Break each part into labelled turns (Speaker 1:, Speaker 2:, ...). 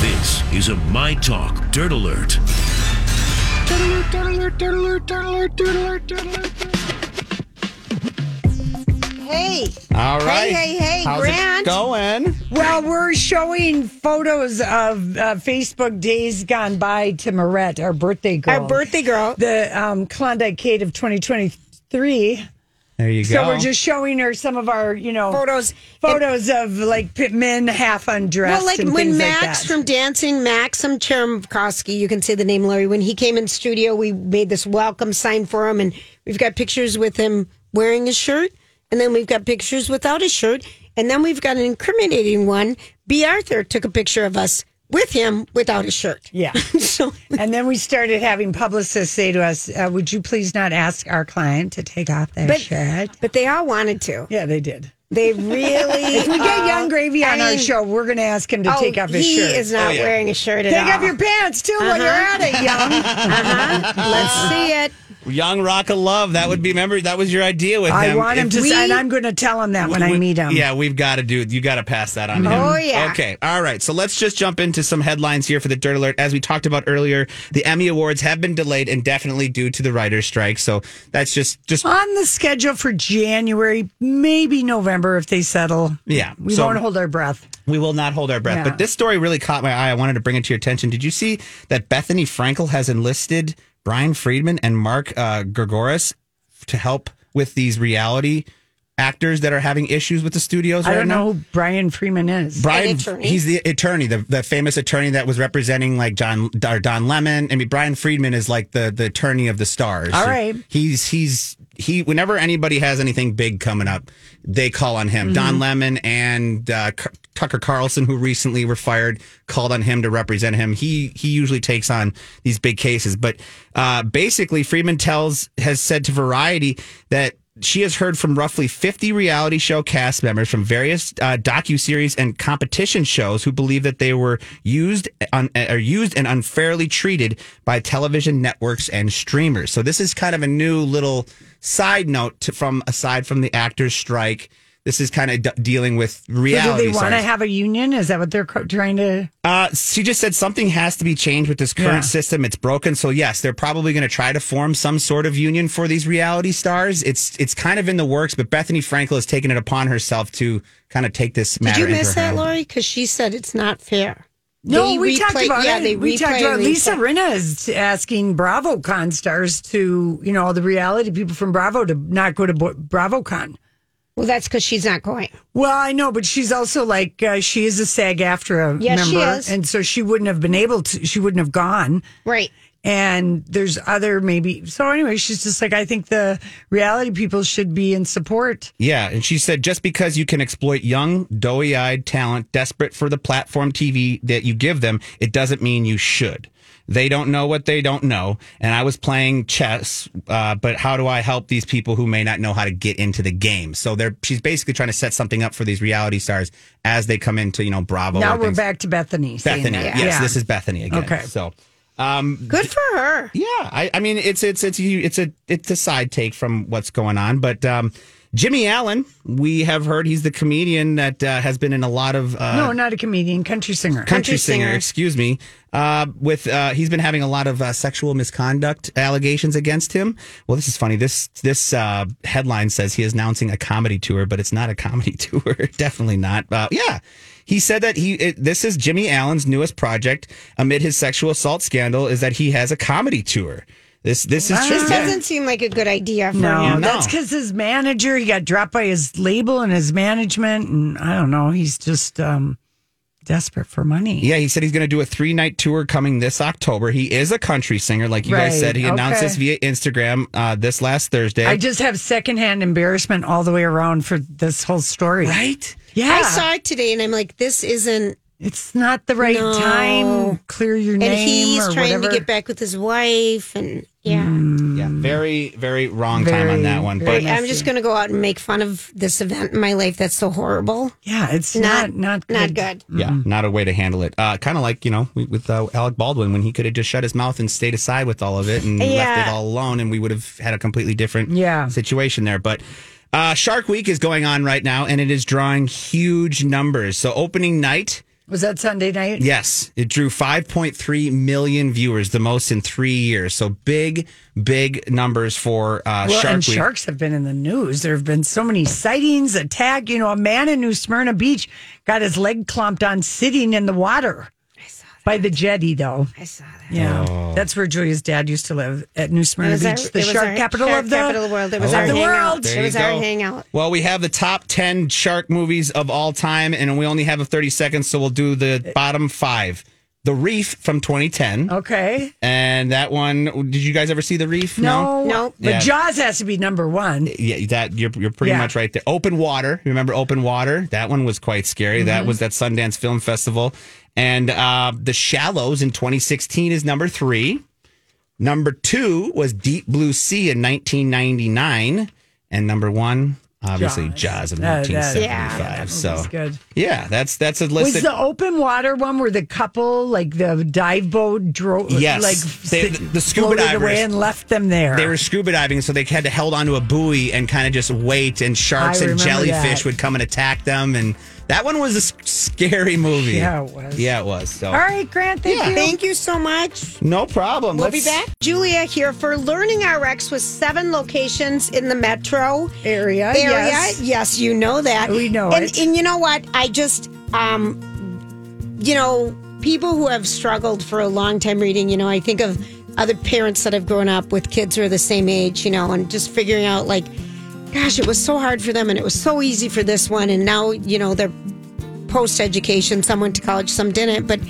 Speaker 1: This is a My Talk Dirt Alert.
Speaker 2: Hey.
Speaker 3: All right.
Speaker 2: Hey, hey, hey,
Speaker 3: How's
Speaker 2: Grant.
Speaker 3: it going?
Speaker 2: Well, we're showing photos of uh, Facebook days gone by to Marette, our birthday girl.
Speaker 4: Our birthday girl.
Speaker 2: The um, Klondike Kate of 2023.
Speaker 3: There you
Speaker 2: So
Speaker 3: go.
Speaker 2: we're just showing her some of our, you know,
Speaker 4: Photos.
Speaker 2: photos of like p- men half undressed.
Speaker 4: Well, like
Speaker 2: and
Speaker 4: when
Speaker 2: things
Speaker 4: Max
Speaker 2: like that.
Speaker 4: from Dancing Maxim Chermkowski, you can say the name Larry, when he came in studio, we made this welcome sign for him, and we've got pictures with him wearing his shirt, and then we've got pictures without his shirt, and then we've got an incriminating one. B. Arthur took a picture of us with him without his shirt.
Speaker 2: Yeah.
Speaker 4: so
Speaker 2: and then we started having publicists say to us, uh, "Would you please not ask our client to take off their
Speaker 4: But-
Speaker 2: shirt?"
Speaker 4: but they all wanted to.
Speaker 2: Yeah, they did.
Speaker 4: They really
Speaker 2: If we get Young Gravy on
Speaker 4: I
Speaker 2: our
Speaker 4: mean-
Speaker 2: show, we're going to ask him to
Speaker 4: oh,
Speaker 2: take off his
Speaker 4: he
Speaker 2: shirt.
Speaker 4: is not wearing a shirt at all.
Speaker 2: Take off your pants too while you're at
Speaker 4: Uh-huh.
Speaker 2: it, young.
Speaker 4: Uh-huh. Let's see it.
Speaker 3: Young Rock of Love. That would be. Remember, that was your idea with him.
Speaker 2: I want him
Speaker 3: If
Speaker 2: to,
Speaker 3: we-
Speaker 2: and I'm going to tell him that when I
Speaker 3: we-
Speaker 2: meet him.
Speaker 3: Yeah, we've got to do. You got to pass that on to him.
Speaker 4: Oh, yeah.
Speaker 3: Okay. All right. So let's just jump into some headlines here for the Dirt Alert. As we talked about earlier, the Emmy Awards have been delayed indefinitely due to the writers' strike. So that's just just
Speaker 2: On the schedule for January, maybe November if they settle.
Speaker 3: Yeah,
Speaker 2: We
Speaker 3: so-
Speaker 2: won't hold our breath.
Speaker 3: we will not hold our breath.
Speaker 2: Yeah.
Speaker 3: But this story really caught my eye. I wanted to bring it to your attention. Did you see that Bethany Frankel has enlisted Brian Friedman and Mark uh, Gregoris to help with these reality actors that are having issues with the studios?
Speaker 2: I
Speaker 3: right
Speaker 2: don't
Speaker 3: now?
Speaker 2: know who Brian Freeman is.
Speaker 3: Brian,
Speaker 4: attorney?
Speaker 3: he's the attorney, the, the famous attorney that was representing like John or Don Lemon. I mean, Brian Friedman is like the the attorney of the stars.
Speaker 2: All right.
Speaker 3: he's he's he. Whenever anybody has anything big coming up, they call on him.
Speaker 2: Mm-hmm.
Speaker 3: Don Lemon and uh, Car- Tucker Carlson, who recently were fired, called on him to represent him. He he usually takes on these big cases, but uh, basically, Friedman tells has said to Variety that she has heard from roughly 50 reality show cast members from various uh, docu-series and competition shows who believe that they were used un- or used and unfairly treated by television networks and streamers. So this is kind of a new little side note to, from aside from the actors strike. This is kind of d- dealing with
Speaker 2: So do
Speaker 3: reality.
Speaker 2: they want to
Speaker 3: stars.
Speaker 2: have a union? Is that what they're co- trying to?
Speaker 3: Uh, she just said something has to be changed with this current
Speaker 2: Yeah.
Speaker 3: system. It's broken. So yes, they're probably going to try to form some sort of union for these reality stars. It's it's kind of in the works, but Bethany Frankel has taken it upon herself to kind of take this
Speaker 4: Did
Speaker 3: matter.
Speaker 4: you
Speaker 3: into
Speaker 4: miss
Speaker 3: her
Speaker 4: that,
Speaker 3: hand.
Speaker 4: Lori? Because she said it's not fair.
Speaker 2: No,
Speaker 4: They
Speaker 2: we talked
Speaker 4: replay-
Speaker 2: about
Speaker 4: yeah,
Speaker 2: it.
Speaker 4: they
Speaker 2: we talked
Speaker 4: replay,
Speaker 2: about Lisa
Speaker 4: replay.
Speaker 2: Rinna is asking BravoCon stars to, you know, all the reality people from Bravo to not go to Bo- BravoCon.
Speaker 4: Well, that's because she's not going.
Speaker 2: Well, I know, but she's also like uh, she is a SAG-AFTRA
Speaker 4: Yes, she
Speaker 2: member,
Speaker 4: is.
Speaker 2: and so she wouldn't have been able to. She wouldn't have gone.
Speaker 4: Right.
Speaker 2: And there's other maybe. So anyway, she's just like I think the reality people should be in support.
Speaker 3: Yeah, and she said just because you can exploit young, doughy-eyed talent desperate for the platform TV that you give them, it doesn't mean you should. They don't know what they don't know, and I was playing chess, uh, but how do I help these people who may not know how to get into the game? So they're she's basically trying to set something up for these reality stars as they come into you know Bravo.
Speaker 2: now
Speaker 3: or
Speaker 2: we're
Speaker 3: things-
Speaker 2: back to Bethany. saying
Speaker 3: Bethany.
Speaker 2: that.
Speaker 3: Yes, this is Bethany again.
Speaker 2: Okay.
Speaker 3: so.
Speaker 4: Good for her.
Speaker 3: Yeah, I, I mean it's it's it's a- it's a it's a side take from what's going on, but um, Jimmy Allen, we have heard he's the comedian that uh, has been in a lot of uh,
Speaker 2: no, not a comedian, country singer.
Speaker 3: country
Speaker 4: country
Speaker 3: singer,
Speaker 4: singer.
Speaker 3: excuse me. Uh, with uh, he's been having a lot of uh, sexual misconduct allegations against him. Well, this is funny. This this uh, headline says he is announcing a comedy tour, but it's not a comedy tour. Definitely not. Uh, yeah, He said that he it, this is Jimmy Allen's newest project amid his sexual assault scandal is that he has a comedy tour. This this is
Speaker 4: This
Speaker 3: true. Yeah.
Speaker 4: doesn't seem like a good idea for
Speaker 2: No,
Speaker 4: him.
Speaker 2: that's because his manager, he got dropped by his label and his management. And I don't know, he's just um, desperate for money.
Speaker 3: Yeah, he said he's going to do a three night tour coming this October. He is a country singer, like you
Speaker 2: Right,
Speaker 3: guys said. He announced
Speaker 2: okay.
Speaker 3: this via Instagram uh, this last Thursday.
Speaker 2: I just have secondhand embarrassment all the way around for this whole story.
Speaker 3: right?
Speaker 2: Yeah.
Speaker 4: I saw it today, and I'm like, this isn't.
Speaker 2: it's not the right
Speaker 4: No.
Speaker 2: time. Clear your name.
Speaker 4: And he's
Speaker 2: or
Speaker 4: trying
Speaker 2: whatever.
Speaker 4: to get back with his wife, and yeah.
Speaker 3: Yeah, very, very wrong time
Speaker 2: Mm. Very,
Speaker 3: on that one.
Speaker 2: very
Speaker 3: But
Speaker 4: I'm just going to go out and make fun of this event in my life that's so horrible.
Speaker 2: Yeah, it's
Speaker 4: Not-
Speaker 2: not not good.
Speaker 4: Not good.
Speaker 3: yeah,
Speaker 2: Mm-hmm.
Speaker 3: not a way to handle it. Uh, kind of like you know we- with uh, Alec Baldwin when he could have just shut his mouth and stayed aside with all of it and left
Speaker 4: Yeah.
Speaker 3: it all alone, and we would have had a completely different
Speaker 2: Yeah.
Speaker 3: situation there. But uh, Shark Week is going on right now, and it is drawing huge numbers. So opening night.
Speaker 2: Was that Sunday night?
Speaker 3: Yes, it drew 5.3 million viewers, the most in three years. So big, big numbers for uh,
Speaker 2: Well,
Speaker 3: Shark
Speaker 2: and
Speaker 3: Week.
Speaker 2: sharks have been in the news. There have been so many sightings, attack. You know, a man in New Smyrna Beach got his leg clomped on sitting in the water by the jetty, though.
Speaker 4: I saw that.
Speaker 2: Yeah,
Speaker 3: Oh.
Speaker 2: that's where Julia's dad used to live at New Smyrna
Speaker 4: It was our-
Speaker 2: Beach, the
Speaker 4: it was
Speaker 2: shark
Speaker 4: our
Speaker 2: capital
Speaker 4: shark
Speaker 2: of the
Speaker 4: capital world. It was
Speaker 3: Oh.
Speaker 4: our
Speaker 3: The
Speaker 4: hangout.
Speaker 2: world.
Speaker 3: There
Speaker 4: It
Speaker 3: you
Speaker 4: was our
Speaker 3: go.
Speaker 4: hangout.
Speaker 3: Well, we have the top 10 shark movies of all time, and we only have 30 seconds, so we'll do the bottom five. The Reef from 2010.
Speaker 2: Okay,
Speaker 3: And that one, did you guys ever see The Reef?
Speaker 2: no,
Speaker 4: No.
Speaker 2: but
Speaker 3: Yeah.
Speaker 2: Jaws has to be number one.
Speaker 3: Yeah, that you're you're pretty
Speaker 2: Yeah.
Speaker 3: much right there. Open water, remember open water? That one was quite scary.
Speaker 2: Mm-hmm.
Speaker 3: That was that Sundance Film Festival, and uh, the Shallows in 2016 is number three. Number two was Deep Blue Sea in 1999, and number one obviously Jaws, of
Speaker 2: Uh, that-
Speaker 3: 1975.
Speaker 2: that
Speaker 3: so
Speaker 2: movie's good.
Speaker 3: yeah, that's that's a list.
Speaker 2: Was
Speaker 3: that-
Speaker 2: the open water one where the couple, like the dive boat, drove,
Speaker 3: Yes.
Speaker 2: like
Speaker 3: They-
Speaker 2: sit-
Speaker 3: the scuba
Speaker 2: floated
Speaker 3: divers-
Speaker 2: away and left them there?
Speaker 3: They were scuba diving, so they had to held onto a buoy and kind of just wait, and sharks
Speaker 2: I
Speaker 3: and
Speaker 2: remember
Speaker 3: jellyfish
Speaker 2: that.
Speaker 3: would come and attack them. And that one was a s- scary movie.
Speaker 2: Yeah, it was.
Speaker 3: Yeah, it was. So
Speaker 2: All right, Grant. Thank you.
Speaker 4: Thank you so much.
Speaker 3: no problem.
Speaker 4: We'll be
Speaker 3: Let's-
Speaker 4: back. Julia here for Learning RX with seven locations in the metro
Speaker 2: Area,
Speaker 4: Area.
Speaker 2: Uh, yes.
Speaker 4: Yes, you know that.
Speaker 2: We know
Speaker 4: and,
Speaker 2: it.
Speaker 4: And you know what? I just, um, you know, people who have struggled for a long time reading, you know, I think of other parents that have grown up with kids who are the same age, you know, and just figuring out like, gosh, it was so hard for them and it was so easy for this one. And now, you know, they're post education, some went to college, some didn't. But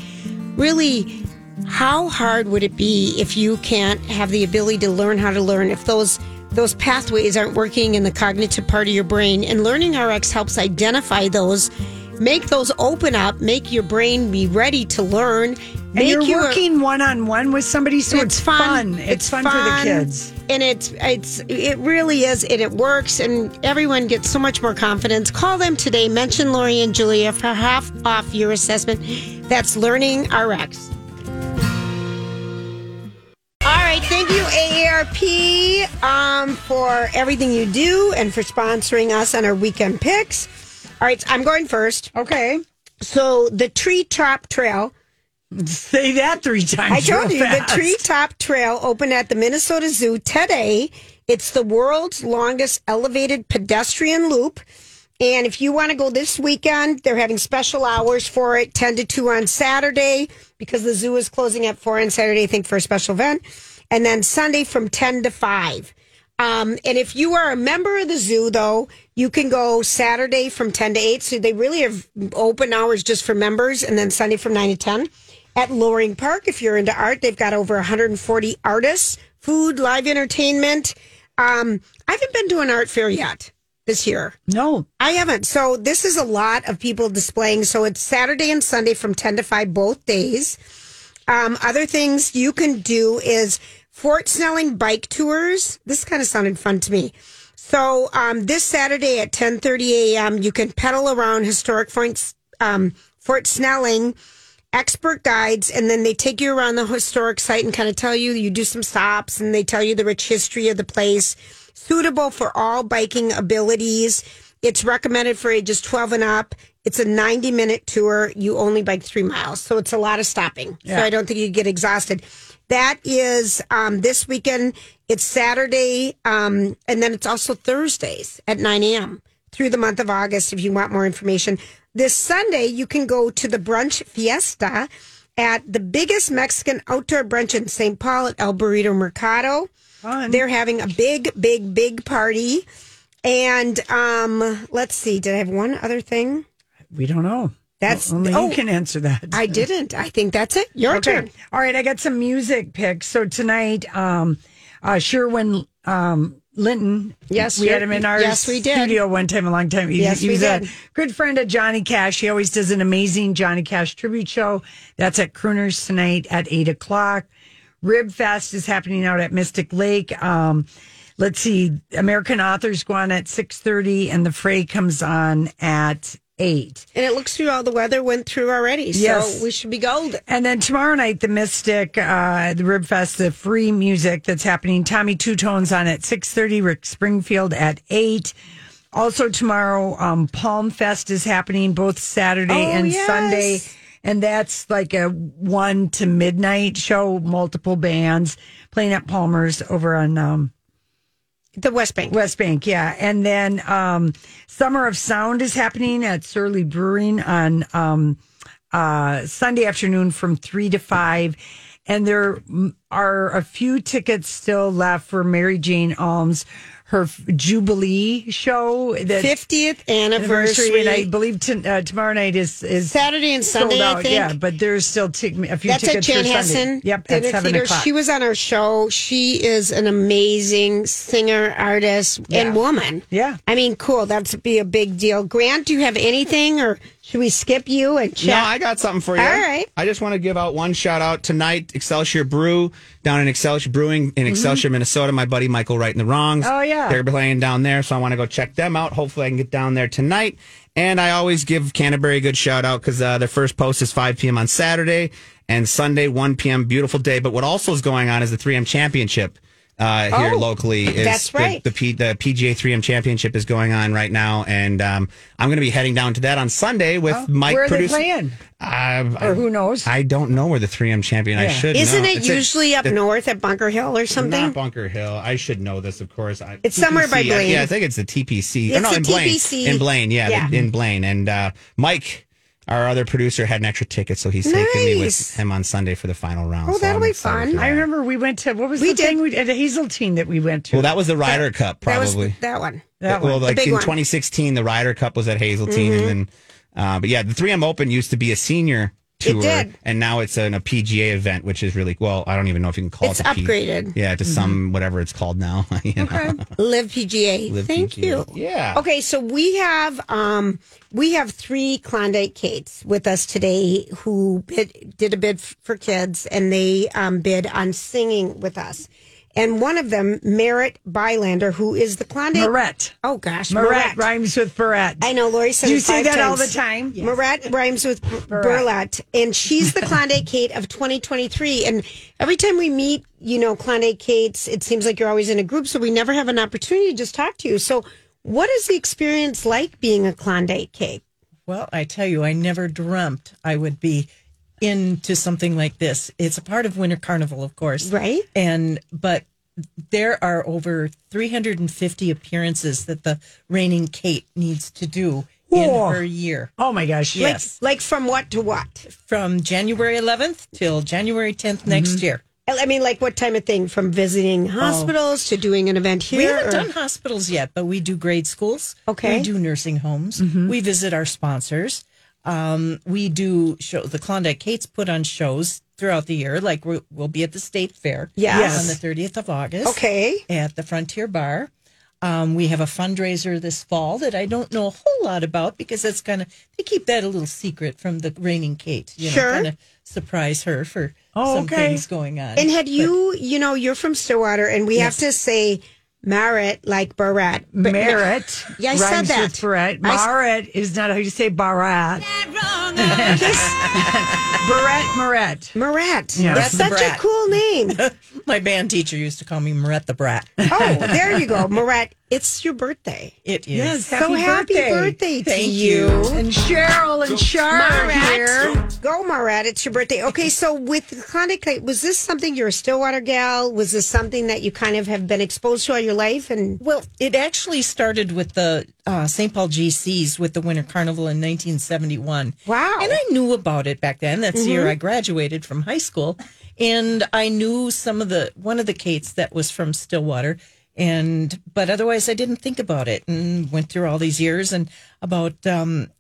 Speaker 4: really, how hard would it be if you can't have the ability to learn how to learn if those those pathways aren't working in the cognitive part of your brain and learning rx helps identify those make those open up make your brain be ready to learn
Speaker 2: And
Speaker 4: make
Speaker 2: you're
Speaker 4: your-
Speaker 2: working one on one with somebody, so
Speaker 4: and
Speaker 2: it's, fun. It's, fun, for the kids.
Speaker 4: and it's it's it really is, and it works, and everyone gets so much more confidence. Call them today. Mention Lori and Julia for half off your assessment. That's Learning RX. All right, thank you AARP um, for everything you do and for sponsoring us on our weekend picks. All right, I'm going first.
Speaker 2: Okay,
Speaker 4: So the Tree Top Trail.
Speaker 2: say that three times.
Speaker 4: I told
Speaker 2: real
Speaker 4: you
Speaker 2: fast.
Speaker 4: the treetop trail opened at the Minnesota Zoo today. It's the world's longest elevated pedestrian loop. And if you want to go this weekend, they're having special hours for it 10 to 2 on Saturday because the zoo is closing at 4 on Saturday, I think, for a special event. And then Sunday from 10 to 5. Um, and if you are a member of the zoo, though, you can go Saturday from 10 to 8. So they really have open hours just for members, and then Sunday from 9 to 10. At Loring Park, if you're into art, they've got over 140 artists, food, live entertainment. Um, I haven't been to an art fair yet this year.
Speaker 2: no.
Speaker 4: I haven't. So this is a lot of people displaying. So it's Saturday and Sunday from 10 to 5 both days. Um, other things you can do is Fort Snelling bike tours. This kind of sounded fun to me. So um, this Saturday at 10:30 a.m., you can pedal around historic Fort, um, Fort Snelling. Expert guides, and then they take you around the historic site and kind of tell you. You do some stops, and they tell you the rich history of the place. Suitable for all biking abilities. It's recommended for ages 12 and up. It's a 90 minute tour. You only bike three miles, so it's a lot of stopping. So I don't think you get exhausted. That is um, this weekend. It's Saturday, um, and then it's also Thursdays at 9 a.m. through the month of August. If you want more information, This Sunday, you can go to the brunch fiesta at the biggest Mexican outdoor brunch in St. Paul at El Burrito Mercado. They're having a big, big, big party. And um, let's see, did I have one other thing?
Speaker 2: We don't know.
Speaker 4: That's-
Speaker 2: only
Speaker 4: oh.
Speaker 2: you can answer that.
Speaker 4: I didn't. I think that's it. Your turn.
Speaker 2: All right, I got some music picks. So tonight, um, uh, Sherwin um, Linton.
Speaker 4: Yes,
Speaker 2: we
Speaker 4: you're-
Speaker 2: had him in our
Speaker 4: yes, we did.
Speaker 2: studio one time, a long time. He,
Speaker 4: Yes,
Speaker 2: he
Speaker 4: we
Speaker 2: was
Speaker 4: did.
Speaker 2: a good friend of Johnny Cash. He always does an amazing Johnny Cash tribute show. That's at Crooners tonight at eight o'clock. Rib Fest is happening out at Mystic Lake. Um, let's see, American Authors go on at six thirty, and the Fray comes on at eight.
Speaker 4: And it looks through all the weather went through already. So
Speaker 2: Yes.
Speaker 4: we should be golden.
Speaker 2: And then tomorrow night, the Mystic, uh, the Rib Fest, the free music that's happening. Tommy Two Tones on at six thirty. Rick Springfield at eight. Also tomorrow, um, Palm Fest is happening both Saturday
Speaker 4: Oh,
Speaker 2: and
Speaker 4: yes.
Speaker 2: Sunday, and that's like a one to midnight show. Multiple bands playing at Palmer's over on um,
Speaker 4: The West Bank.
Speaker 2: West Bank, yeah. And then um, Summer of Sound is happening at Surly Brewing on um, uh, Sunday afternoon from three to five. And there mm, are a few tickets still left for Mary Jane Alms, her f- Jubilee show. That
Speaker 4: 50th anniversary.
Speaker 2: and I believe t- uh, tomorrow night is is
Speaker 4: Saturday and
Speaker 2: sold
Speaker 4: Sunday, I
Speaker 2: out,
Speaker 4: think.
Speaker 2: Yeah, but there's still tic- a few
Speaker 4: That's at
Speaker 2: tickets
Speaker 4: Jan
Speaker 2: for Sunday.
Speaker 4: Hessen
Speaker 2: Yep, at
Speaker 4: Dinner
Speaker 2: seven
Speaker 4: Theater.
Speaker 2: o'clock.
Speaker 4: She was on our show. She is an amazing singer, artist, and woman.
Speaker 2: Yeah.
Speaker 4: I mean, cool. That's be a big deal. Grant, do you have anything, or should we skip you and
Speaker 3: No,
Speaker 4: chat?
Speaker 3: I got something for you.
Speaker 4: All right.
Speaker 3: I just want to give out one shout out tonight. Excelsior Brew down in Excelsior Brewing
Speaker 4: Mm-hmm.
Speaker 3: in Excelsior, Minnesota. My buddy Michael Right in the Wrongs.
Speaker 2: Oh, yeah.
Speaker 3: they're playing down there, so I want to go check them out. Hopefully, I can get down there tonight. And I always give Canterbury a good shout out because uh, their first post is 5 p.m. on Saturday and Sunday 1 p.m. Beautiful day. But what also is going on is the 3M Championship. Uh, here
Speaker 4: Oh,
Speaker 3: locally is
Speaker 4: that's
Speaker 3: the-
Speaker 4: right.
Speaker 3: the P, the PGA 3M Championship is going on right now, and um, I'm going to be heading down to that on Sunday with Mike.
Speaker 2: Where are they
Speaker 3: producer-
Speaker 2: playing?
Speaker 3: I've- I,
Speaker 2: Or who knows?
Speaker 3: I don't know where the 3M champion. I
Speaker 2: Yeah.
Speaker 3: should.
Speaker 4: Isn't
Speaker 3: know.
Speaker 4: it
Speaker 3: It's a-
Speaker 4: usually up north at Bunker Hill or
Speaker 3: it's
Speaker 4: something?
Speaker 3: Not Bunker Hill. I should know this, of course. I,
Speaker 4: It's somewhere by
Speaker 3: TPC, I-
Speaker 4: Blaine.
Speaker 3: yeah, I think it's the TPC. or
Speaker 4: It's
Speaker 3: Oh, no,
Speaker 4: the
Speaker 3: in Blaine.
Speaker 4: TPC.
Speaker 3: In Blaine, yeah,
Speaker 4: Yeah.
Speaker 3: the- in Blaine. And uh, Mike, our other producer, had an extra ticket, so he's taking me
Speaker 4: Nice.
Speaker 3: with him on Sunday for the final round.
Speaker 4: Oh,
Speaker 3: so
Speaker 4: that'll
Speaker 3: I'm
Speaker 4: be
Speaker 3: excited
Speaker 4: fun.
Speaker 3: for
Speaker 2: I
Speaker 3: that.
Speaker 2: remember we went to what was
Speaker 4: We
Speaker 2: the
Speaker 4: did.
Speaker 2: thing we, at a Hazeltine that we went to.
Speaker 3: Well, that was the Ryder Cup,
Speaker 4: that was
Speaker 3: probably.
Speaker 4: that one.
Speaker 2: That
Speaker 3: well,
Speaker 2: one.
Speaker 3: like
Speaker 4: big
Speaker 3: in
Speaker 4: one. Mm-hmm.
Speaker 3: 2016, the Ryder Cup was at Hazeltine, and then, uh, but yeah, the 3M Open used to be a senior tour,
Speaker 4: did.
Speaker 3: and now it's an, a PGA event, which is really well. I don't even know if you can call
Speaker 4: It's
Speaker 3: it a P-
Speaker 4: upgraded. Mm-hmm.
Speaker 3: yeah, to some whatever it's called now. you know?
Speaker 4: Live PGA.
Speaker 3: Live
Speaker 4: Thank
Speaker 3: PGA.
Speaker 4: you.
Speaker 3: Yeah.
Speaker 4: Okay, so we have um we have three Klondike Kates with us today who bid, did a bid f- for kids and they um, bid on singing with us. And one of them, Merritt Bylander, who is the Klondike.
Speaker 2: Moret.
Speaker 4: Oh gosh,
Speaker 2: Moret
Speaker 4: Merritt.
Speaker 2: rhymes with Barrett.
Speaker 4: I know Lori says
Speaker 2: You
Speaker 4: it
Speaker 2: say
Speaker 4: five
Speaker 2: that all the
Speaker 4: times.
Speaker 2: time.
Speaker 4: Moret rhymes with Burlette, and she's the Klondike Kate of 2023. And every time we meet, you know, Klondike Kates, it seems like you're always in a group, so we never have an opportunity to just talk to you. So, what is the experience like being a Klondike Kate?
Speaker 5: Well, I tell you, I never dreamt I would be into something like this. It's a part of Winter Carnival, of course.
Speaker 4: Right.
Speaker 5: And, but there are over 350 appearances that the reigning Kate needs to do
Speaker 2: Whoa.
Speaker 5: in her year.
Speaker 2: Oh my gosh.
Speaker 5: Yes.
Speaker 4: Like from what to what?
Speaker 5: From January 11th till January
Speaker 4: Mm-hmm.
Speaker 5: 10th next year.
Speaker 4: I I mean, like what type of thing? From
Speaker 2: Oh.
Speaker 4: visiting hospitals to doing an event here?
Speaker 5: We haven't
Speaker 4: or-
Speaker 5: done hospitals yet, but we do grade schools.
Speaker 4: Okay. Mm-hmm.
Speaker 5: We do nursing homes. We visit our sponsors. Um, we do show the Klondike Kates put on shows throughout the year. Like we we'll be at the state fair.
Speaker 4: Yes. Yes.
Speaker 5: On the 30th of August.
Speaker 4: Okay.
Speaker 5: At the Frontier Bar. Um, we have a fundraiser this fall that I don't know a whole lot about because that's kind of they keep that a little secret from the reigning Kate. You
Speaker 4: Sure.
Speaker 5: Know, kind of surprise her for
Speaker 2: Oh,
Speaker 5: some
Speaker 2: okay.
Speaker 5: things going on.
Speaker 4: And had you, you know, you're from Stillwater, and we have to say Merritt like Burrette. But-
Speaker 2: Merritt.
Speaker 4: Yeah, I
Speaker 2: rhymes
Speaker 4: said that.
Speaker 2: With Barrett.
Speaker 4: I s-
Speaker 2: Barrett is not how you say Barrett. Barrett Moret.
Speaker 4: Moret.
Speaker 2: Yeah.
Speaker 4: That's
Speaker 5: That's the
Speaker 4: such a
Speaker 5: brat.
Speaker 4: cool name.
Speaker 5: My band teacher used to call me Moret the Brat.
Speaker 4: Oh, there you go. Moret It's your birthday.
Speaker 5: It is.
Speaker 2: Yes,
Speaker 4: so happy birthday, to
Speaker 5: Thank
Speaker 4: you.
Speaker 2: And Cheryl and Char are here.
Speaker 4: Go, Marat. It's your birthday. Okay, so with Hanukkah, was this something you're a Stillwater gal? Was this something that you kind of have been exposed to all your life? And
Speaker 5: Well, it actually started with the uh, St. Paul GCs with the Winter Carnival in 1971.
Speaker 4: Wow.
Speaker 5: And I knew about it back then. That's the year I graduated from high school, and I knew some of the one of the Kates that was from Stillwater, and but otherwise I didn't think about it and went through all these years. And about um,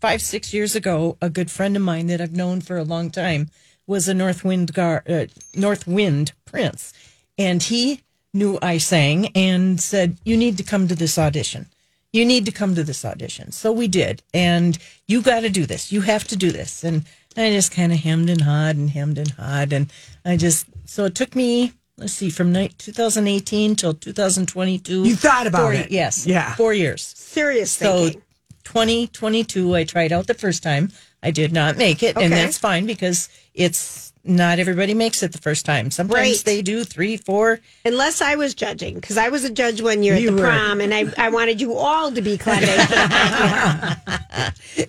Speaker 5: five six years ago, a good friend of mine that I've known for a long time was a North Wind gar- uh, North Wind Prince, and he knew I sang and said, "You need to come to this audition. You need to come to this audition." So we did, and you got to do this. You have to do this. And I just kind of hemmed and hawed and hemmed and hawed, and I just so it took me. Let's see, from ni- 2018 till 2022.
Speaker 2: You thought about
Speaker 5: four-
Speaker 2: it.
Speaker 5: Yes.
Speaker 2: Yeah.
Speaker 5: Four years.
Speaker 4: serious
Speaker 5: So
Speaker 4: thinking.
Speaker 5: 2022, I tried out the first time. I did not make it, and
Speaker 4: Okay.
Speaker 5: that's fine because it's not everybody makes it the first time. Sometimes
Speaker 4: Right.
Speaker 5: they do three, four.
Speaker 4: Unless I was judging, because I was a judge one year
Speaker 2: You
Speaker 4: at the
Speaker 2: were.
Speaker 4: prom, and I, I wanted you all to be Clemente.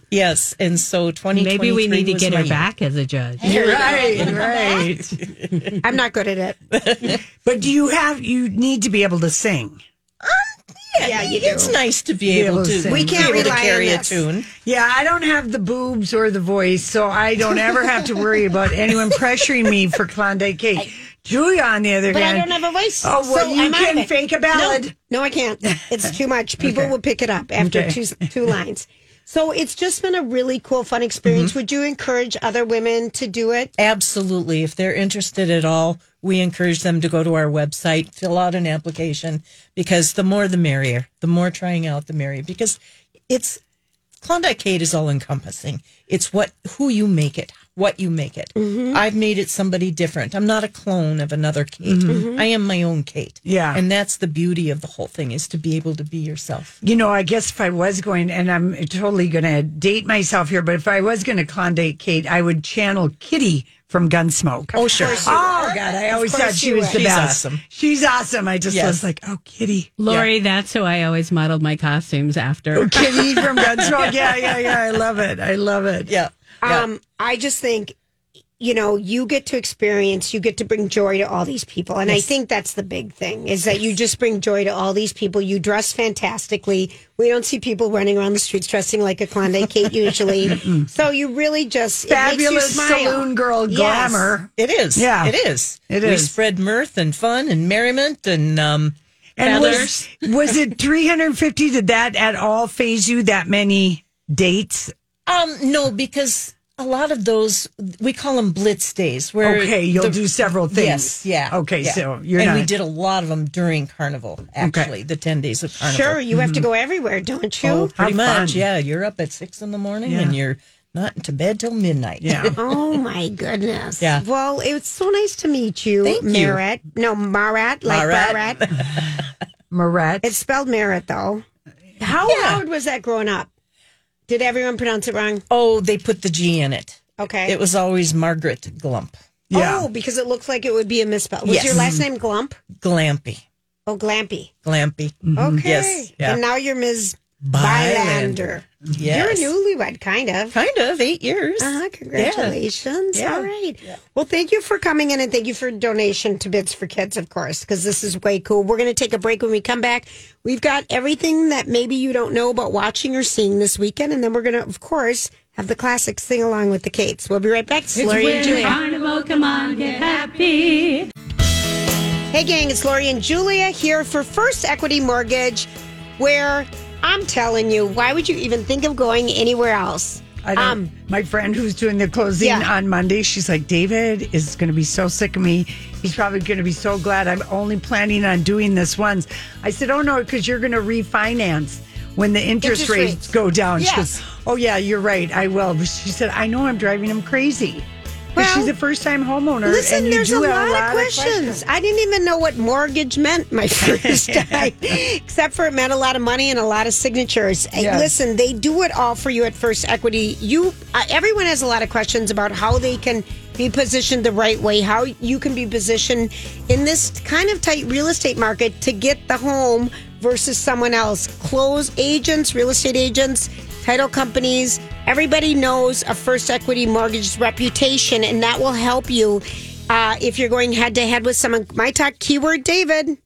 Speaker 5: Yes, and so 2023.
Speaker 6: Maybe we need to
Speaker 5: was
Speaker 6: get her
Speaker 5: my-
Speaker 6: back as a judge.
Speaker 2: You're right, right.
Speaker 4: I'm not good at it.
Speaker 2: But do you have? You need to be able to sing.
Speaker 4: Yeah, you
Speaker 5: It's
Speaker 4: do.
Speaker 5: nice to be able to.
Speaker 2: sing. We
Speaker 5: be
Speaker 4: can't
Speaker 5: able to
Speaker 4: rely on
Speaker 5: carry a
Speaker 4: this.
Speaker 5: tune.
Speaker 2: Yeah, I don't have the boobs or the voice, so I don't ever have to worry about anyone pressuring me for Klondike cake. Julia, on the other
Speaker 4: But I
Speaker 2: hand,
Speaker 4: don't have a voice.
Speaker 2: Oh, well,
Speaker 4: so
Speaker 2: you
Speaker 4: I'm out
Speaker 2: can
Speaker 4: of it.
Speaker 2: fake a ballad.
Speaker 4: No, no, I can't. It's too much. People will pick it up after
Speaker 2: Okay.
Speaker 4: two two lines. So it's just been a really cool, fun experience.
Speaker 2: Mm-hmm.
Speaker 4: Would you encourage other women to do it?
Speaker 5: Absolutely. If they're interested at all, we encourage them to go to our website, fill out an application, because the more the merrier. The more trying out, the merrier. Because it's Klondike Kate is all encompassing. It's what who you make it, what you make it.
Speaker 2: Mm-hmm.
Speaker 5: I've made it somebody different. I'm not a clone of another Kate. I am my own Kate.
Speaker 2: Mm-hmm. Yeah.
Speaker 5: And that's the beauty of the whole thing is to be able to be yourself.
Speaker 2: You know, I guess if I was going, and I'm totally going to date myself here, but if I was going to Klondike Kate, I would channel Kitty from Gunsmoke. Oh,
Speaker 5: sure.
Speaker 2: Oh, God. I always thought she was the
Speaker 5: She's
Speaker 2: best.
Speaker 5: awesome.
Speaker 2: She's awesome. I just
Speaker 5: Yes.
Speaker 2: was like, oh, Kitty. Oh,
Speaker 6: Lori, that's who I always modeled my costumes after.
Speaker 2: Kitty from Gunsmoke. yeah, yeah, yeah. I love it. I love it.
Speaker 5: Yeah.
Speaker 2: Uh,
Speaker 4: Um, I just think, you know, you get to experience, you get to bring joy to all these people. And I think that's the big thing is that you just bring joy to all these people. You dress fantastically. We don't see people running around the streets dressing like a Klondike Kate usually. so you really just it makes you
Speaker 2: Fabulous
Speaker 4: smile.
Speaker 2: saloon girl
Speaker 4: Yes.
Speaker 2: glamour.
Speaker 5: It is.
Speaker 2: Yeah.
Speaker 5: It is.
Speaker 2: It
Speaker 5: We
Speaker 2: is.
Speaker 5: spread mirth and fun and merriment and um
Speaker 2: And was,
Speaker 6: Feathers.
Speaker 2: was it 350? Did that at all phase you that many dates?
Speaker 5: Um, no, because a lot of those we call them blitz days. Where
Speaker 2: Okay, you'll
Speaker 5: the-
Speaker 2: do several things.
Speaker 5: Yes, yeah.
Speaker 2: Okay,
Speaker 5: yeah.
Speaker 2: so you're
Speaker 5: and we
Speaker 2: not-
Speaker 5: did a lot of them during Carnival. Actually, the ten days of Carnival.
Speaker 4: Sure, you have to go everywhere, don't you?
Speaker 5: Oh, pretty
Speaker 2: How fun.
Speaker 5: much. Yeah, you're up at six in the morning and you're not to bed till midnight.
Speaker 2: Yeah.
Speaker 4: Oh my goodness.
Speaker 5: Yeah.
Speaker 4: Well, it's so nice to meet you,
Speaker 5: Thank you.
Speaker 4: Marat. No, Marat, like
Speaker 5: Marat.
Speaker 4: Marat.
Speaker 2: Moret.
Speaker 4: It's spelled Marat though. How loud was that growing up? Did everyone pronounce it wrong?
Speaker 5: oh, they put the G in it.
Speaker 4: Okay.
Speaker 5: It was always Margaret Glump,
Speaker 2: Yeah.
Speaker 4: Oh, because it looks like it would be a misspell. Was
Speaker 5: Yes.
Speaker 4: your last name Glump?
Speaker 5: Glampy,
Speaker 4: Oh, Glampy.
Speaker 5: Glampy.
Speaker 2: Mm-hmm.
Speaker 4: Okay.
Speaker 5: Mm-hmm. Yes, yeah.
Speaker 4: And now you're Ms.
Speaker 5: Bylander.
Speaker 4: Bylander.
Speaker 5: Yes.
Speaker 4: You're a newlywed, kind of.
Speaker 5: kind of eight years.
Speaker 4: Uh-huh, congratulations.
Speaker 5: Yeah.
Speaker 4: All right. Well, thank you for coming in and thank you for donation to Bits for Kids, of course, because this is way cool. We're going to take a break when we come back. We've got everything that maybe you don't know about watching or seeing this weekend. And then we're going to, of course, have the classic sing along with the Kates. We'll be right back. It's Lori and Julia.
Speaker 6: Carnival, come on, get happy.
Speaker 4: Hey, gang, it's Lori and Julia here for First Equity Mortgage, where I'm telling you, why would you even think of going anywhere else?
Speaker 2: I don't, my friend who's doing the closing
Speaker 4: Um, Yeah.
Speaker 2: on Monday, she's like, David is going to be so sick of me. He's probably going to be so glad I'm only planning on doing this once. I said, Oh, no, because you're going to refinance when the interest,
Speaker 4: Interest
Speaker 2: rates,
Speaker 4: rates.
Speaker 2: go down. She
Speaker 4: Yes.
Speaker 2: goes, Oh, yeah, you're right. I will. But she said, I know I'm driving him crazy. But
Speaker 4: Well,
Speaker 2: she's a first time homeowner.
Speaker 4: Listen,
Speaker 2: and you
Speaker 4: there's
Speaker 2: do
Speaker 4: a
Speaker 2: have
Speaker 4: lot, of questions. I didn't even know what mortgage meant my first time, except for it meant a lot of money and a lot of signatures. Hey,
Speaker 2: Yes.
Speaker 4: Listen, they do it all for you at First Equity. You, uh, everyone has a lot of questions about how they can be positioned the right way, how you can be positioned in this kind of tight real estate market to get the home versus someone else. Close agents, real estate agents, title companies, everybody knows a First Equity Mortgage's reputation, and that will help you uh, if you're going head to head with someone. My talk keyword David.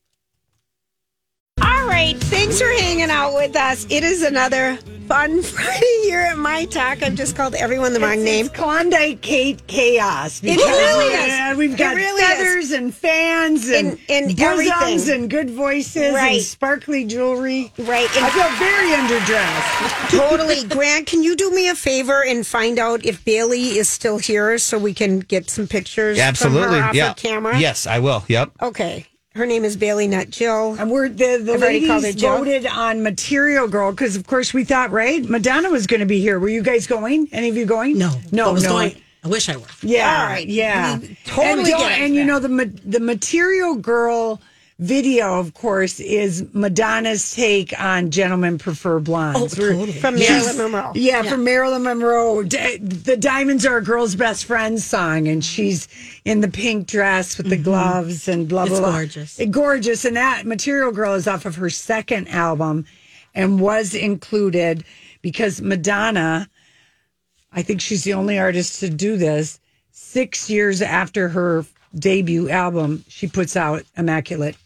Speaker 4: All right, thanks for hanging out with us. It is another fun Friday here at My Talk. I've just called everyone the wrong name.
Speaker 2: It's Klondike Kate chaos. because
Speaker 4: really
Speaker 2: we're-
Speaker 4: is.
Speaker 2: uh, We've
Speaker 4: It
Speaker 2: got
Speaker 4: really is.
Speaker 2: feathers and fans and,
Speaker 4: And- and
Speaker 2: bosoms
Speaker 4: everything.
Speaker 2: and good voices
Speaker 4: Right.
Speaker 2: and sparkly jewelry.
Speaker 4: Right, and-
Speaker 2: I feel very underdressed.
Speaker 4: totally. Grant, can you do me a favor and find out if Bailey is still here so we can get some pictures from
Speaker 3: Absolutely.
Speaker 4: her off
Speaker 3: yeah.
Speaker 4: her camera? Oh,
Speaker 3: Yes, I will. Yep.
Speaker 4: Okay. Her name is Bailey, not Jill.
Speaker 2: And we're the, the
Speaker 4: I've already called
Speaker 2: ladies
Speaker 4: her Jill.
Speaker 2: voted on Material Girl because, of course, we thought, right? Madonna was going to be here. Were you guys going? Any of you going?
Speaker 7: No,
Speaker 2: no,
Speaker 7: I was
Speaker 2: no.
Speaker 7: going. I wish I were.
Speaker 2: Yeah.
Speaker 4: All right.
Speaker 2: Yeah.
Speaker 4: We totally
Speaker 2: and, don't-
Speaker 4: get it.
Speaker 2: and you know the ma- the Material Girl video, of course, is Madonna's take on Gentlemen Prefer
Speaker 4: Oh,
Speaker 2: Blondes. We're-
Speaker 4: From Marilyn Monroe.
Speaker 2: Yeah, from Marilyn Monroe, D- the Diamonds Are a Girl's Best Friend song, and she's in the pink dress with the
Speaker 4: Mm-hmm.
Speaker 2: gloves and blah
Speaker 7: It's
Speaker 2: blah blah.
Speaker 7: gorgeous.
Speaker 2: gorgeous, and that Material Girl is off of her second album, and was included because Madonna, I think she's the only artist to do this. Six years after her debut album, she puts out Immaculate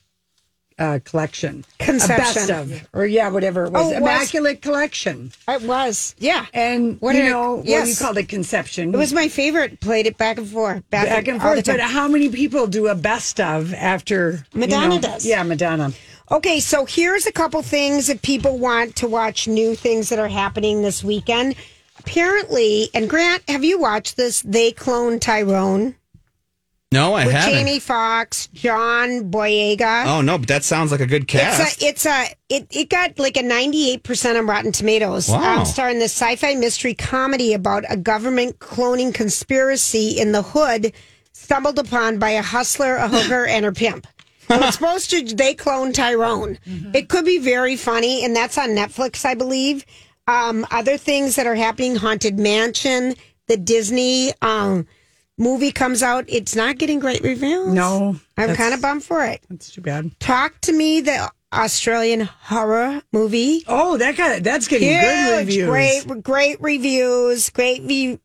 Speaker 2: uh, Collection, A best
Speaker 4: Conception.
Speaker 2: of, or yeah, whatever it was,
Speaker 4: Oh, it was-
Speaker 2: Immaculate Collection.
Speaker 4: It was. Yeah.
Speaker 2: And
Speaker 4: What
Speaker 2: you
Speaker 4: a-
Speaker 2: know, what do you
Speaker 4: yes.
Speaker 2: call it? Conception.
Speaker 4: It was my favorite. Played it back and forth. Back,
Speaker 2: back and
Speaker 4: all the
Speaker 2: forth. But
Speaker 4: time.
Speaker 2: how many people do a best of after you
Speaker 4: Madonna
Speaker 2: know-
Speaker 4: does.
Speaker 2: Yeah, Madonna.
Speaker 4: Okay, so here's a couple things if people want to watch new things that are happening this weekend. Apparently, and Grant, have you watched this? They clone Tyrone
Speaker 3: No, I
Speaker 4: with
Speaker 3: haven't.
Speaker 4: Jamie Foxx, John Boyega.
Speaker 3: Oh no, but that sounds like a good cast.
Speaker 4: It's a, it's a, it, it got like a 98% on Rotten Tomatoes.
Speaker 3: Wow.
Speaker 4: Um, starring this sci fi mystery comedy about a government cloning conspiracy in the hood stumbled upon by a hustler, a hooker, and her pimp. So it's supposed to, they clone Tyrone. It could be very funny, and that's on Netflix, I believe. Um, other things that are happening Haunted Mansion, the Disney um, movie comes out. It's not getting great reviews.
Speaker 2: No,
Speaker 4: I'm
Speaker 2: that's-
Speaker 4: kind of bummed for it.
Speaker 2: That's too bad.
Speaker 4: Talk to Me, the Australian horror movie.
Speaker 2: Oh, that got that's getting good
Speaker 4: Huge,
Speaker 2: reviews.
Speaker 4: great, great reviews. Great view.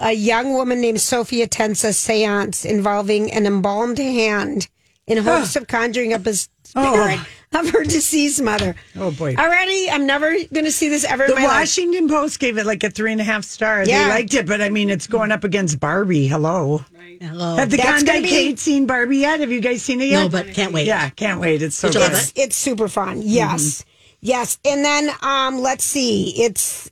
Speaker 4: A young woman named Sophia tends a seance involving an embalmed hand in hopes of conjuring up a spirit of her deceased mother.
Speaker 2: Oh, boy.
Speaker 4: Already, I'm never going to see this ever
Speaker 2: The
Speaker 4: in my life.
Speaker 2: Washington Post gave it like a three and a half star.
Speaker 4: Yeah.
Speaker 2: They liked it, but I mean, it's going up against Barbie. Hello.
Speaker 7: Hello.
Speaker 2: Have the
Speaker 4: That's gonna
Speaker 2: Klondike
Speaker 4: be-
Speaker 2: Kate seen Barbie yet? Have you guys seen it yet?
Speaker 7: No, but can't wait.
Speaker 2: Yeah, can't wait. It's so
Speaker 7: Did you love
Speaker 2: good.
Speaker 4: It's, it's super fun. Yes.
Speaker 3: Mm-hmm.
Speaker 4: Yes. And then um let's see. It's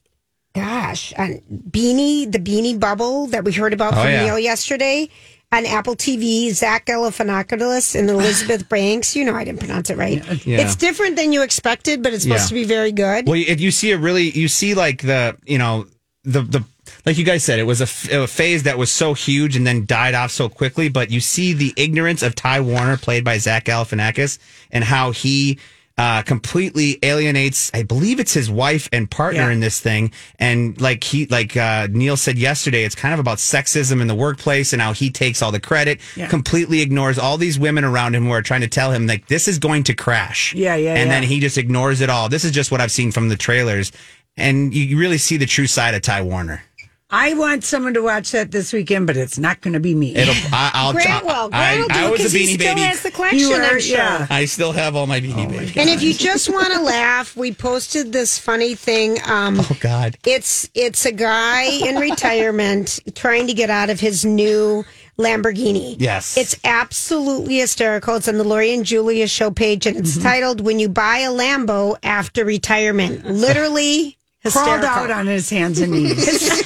Speaker 4: gosh, on Beanie, the Beanie Bubble that we heard about
Speaker 3: Oh,
Speaker 4: from
Speaker 3: yeah.
Speaker 4: Neil yesterday on Apple TV, Zach Galifianakis and Elizabeth Banks. You know I didn't pronounce it right.
Speaker 3: Yeah.
Speaker 4: It's different than you expected, but it's supposed
Speaker 3: Yeah.
Speaker 4: to be very good.
Speaker 3: Well, if you see a really, you see like the, you know, the the like you guys said, it was a, f- a phase that was so huge and then died off so quickly. But you see the ignorance of Ty Warner, played by Zach Galifianakis, and how he. Uh, completely alienates. I believe it's his wife and partner
Speaker 2: Yeah.
Speaker 3: in this thing, and like he, like uh, Neil said yesterday, it's kind of about sexism in the workplace and how he takes all the credit,
Speaker 2: Yeah.
Speaker 3: completely ignores all these women around him who are trying to tell him like this is going to crash.
Speaker 2: Yeah, yeah,
Speaker 3: And
Speaker 2: yeah.
Speaker 3: then he just ignores it all. This is just what I've seen from the trailers, and you really see the true side of Ty Warner.
Speaker 2: I want someone to watch that this weekend, but it's not going to be me.
Speaker 3: It'll. I, I'll.
Speaker 4: Grant will.
Speaker 3: I,
Speaker 4: Grant will
Speaker 3: I,
Speaker 4: do
Speaker 3: was
Speaker 4: because
Speaker 3: a
Speaker 4: he
Speaker 3: beanie
Speaker 4: still
Speaker 3: baby.
Speaker 4: has the Oh, collection,
Speaker 2: were,
Speaker 4: I'm sure.
Speaker 2: yeah.
Speaker 3: I still have all my beanie babies.
Speaker 4: And if you just want to laugh, we posted this funny thing. Um,
Speaker 3: oh God.
Speaker 4: It's it's a guy in retirement trying to get out of his new Lamborghini.
Speaker 3: Yes.
Speaker 4: It's absolutely hysterical. It's on the Lori and Julia show page and it's titled When You Buy a Lambo After Retirement. Literally
Speaker 2: crawled
Speaker 4: hysterical.
Speaker 2: out on his hands and knees.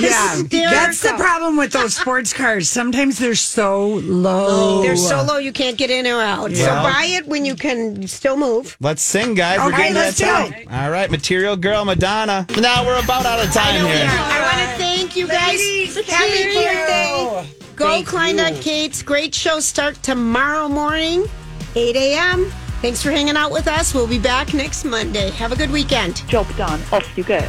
Speaker 2: yeah, that's the problem with those sports cars. Sometimes they're so low.
Speaker 4: They're so low you can't get in or out.
Speaker 3: Well-
Speaker 4: So buy it when you can still move.
Speaker 3: Let's sing, guys. We're
Speaker 2: Okay,
Speaker 3: getting to
Speaker 2: let's
Speaker 3: that
Speaker 2: do
Speaker 3: time. All right, Material Girl, Madonna. Now we're about out of time here.
Speaker 4: I want to thank you guys. Happy birthday. Go Kleinut Kate's great show start tomorrow morning, 8 a.m. Thanks for hanging out with us. We'll be back next Monday. Have a good weekend.
Speaker 8: Job done. Off you go.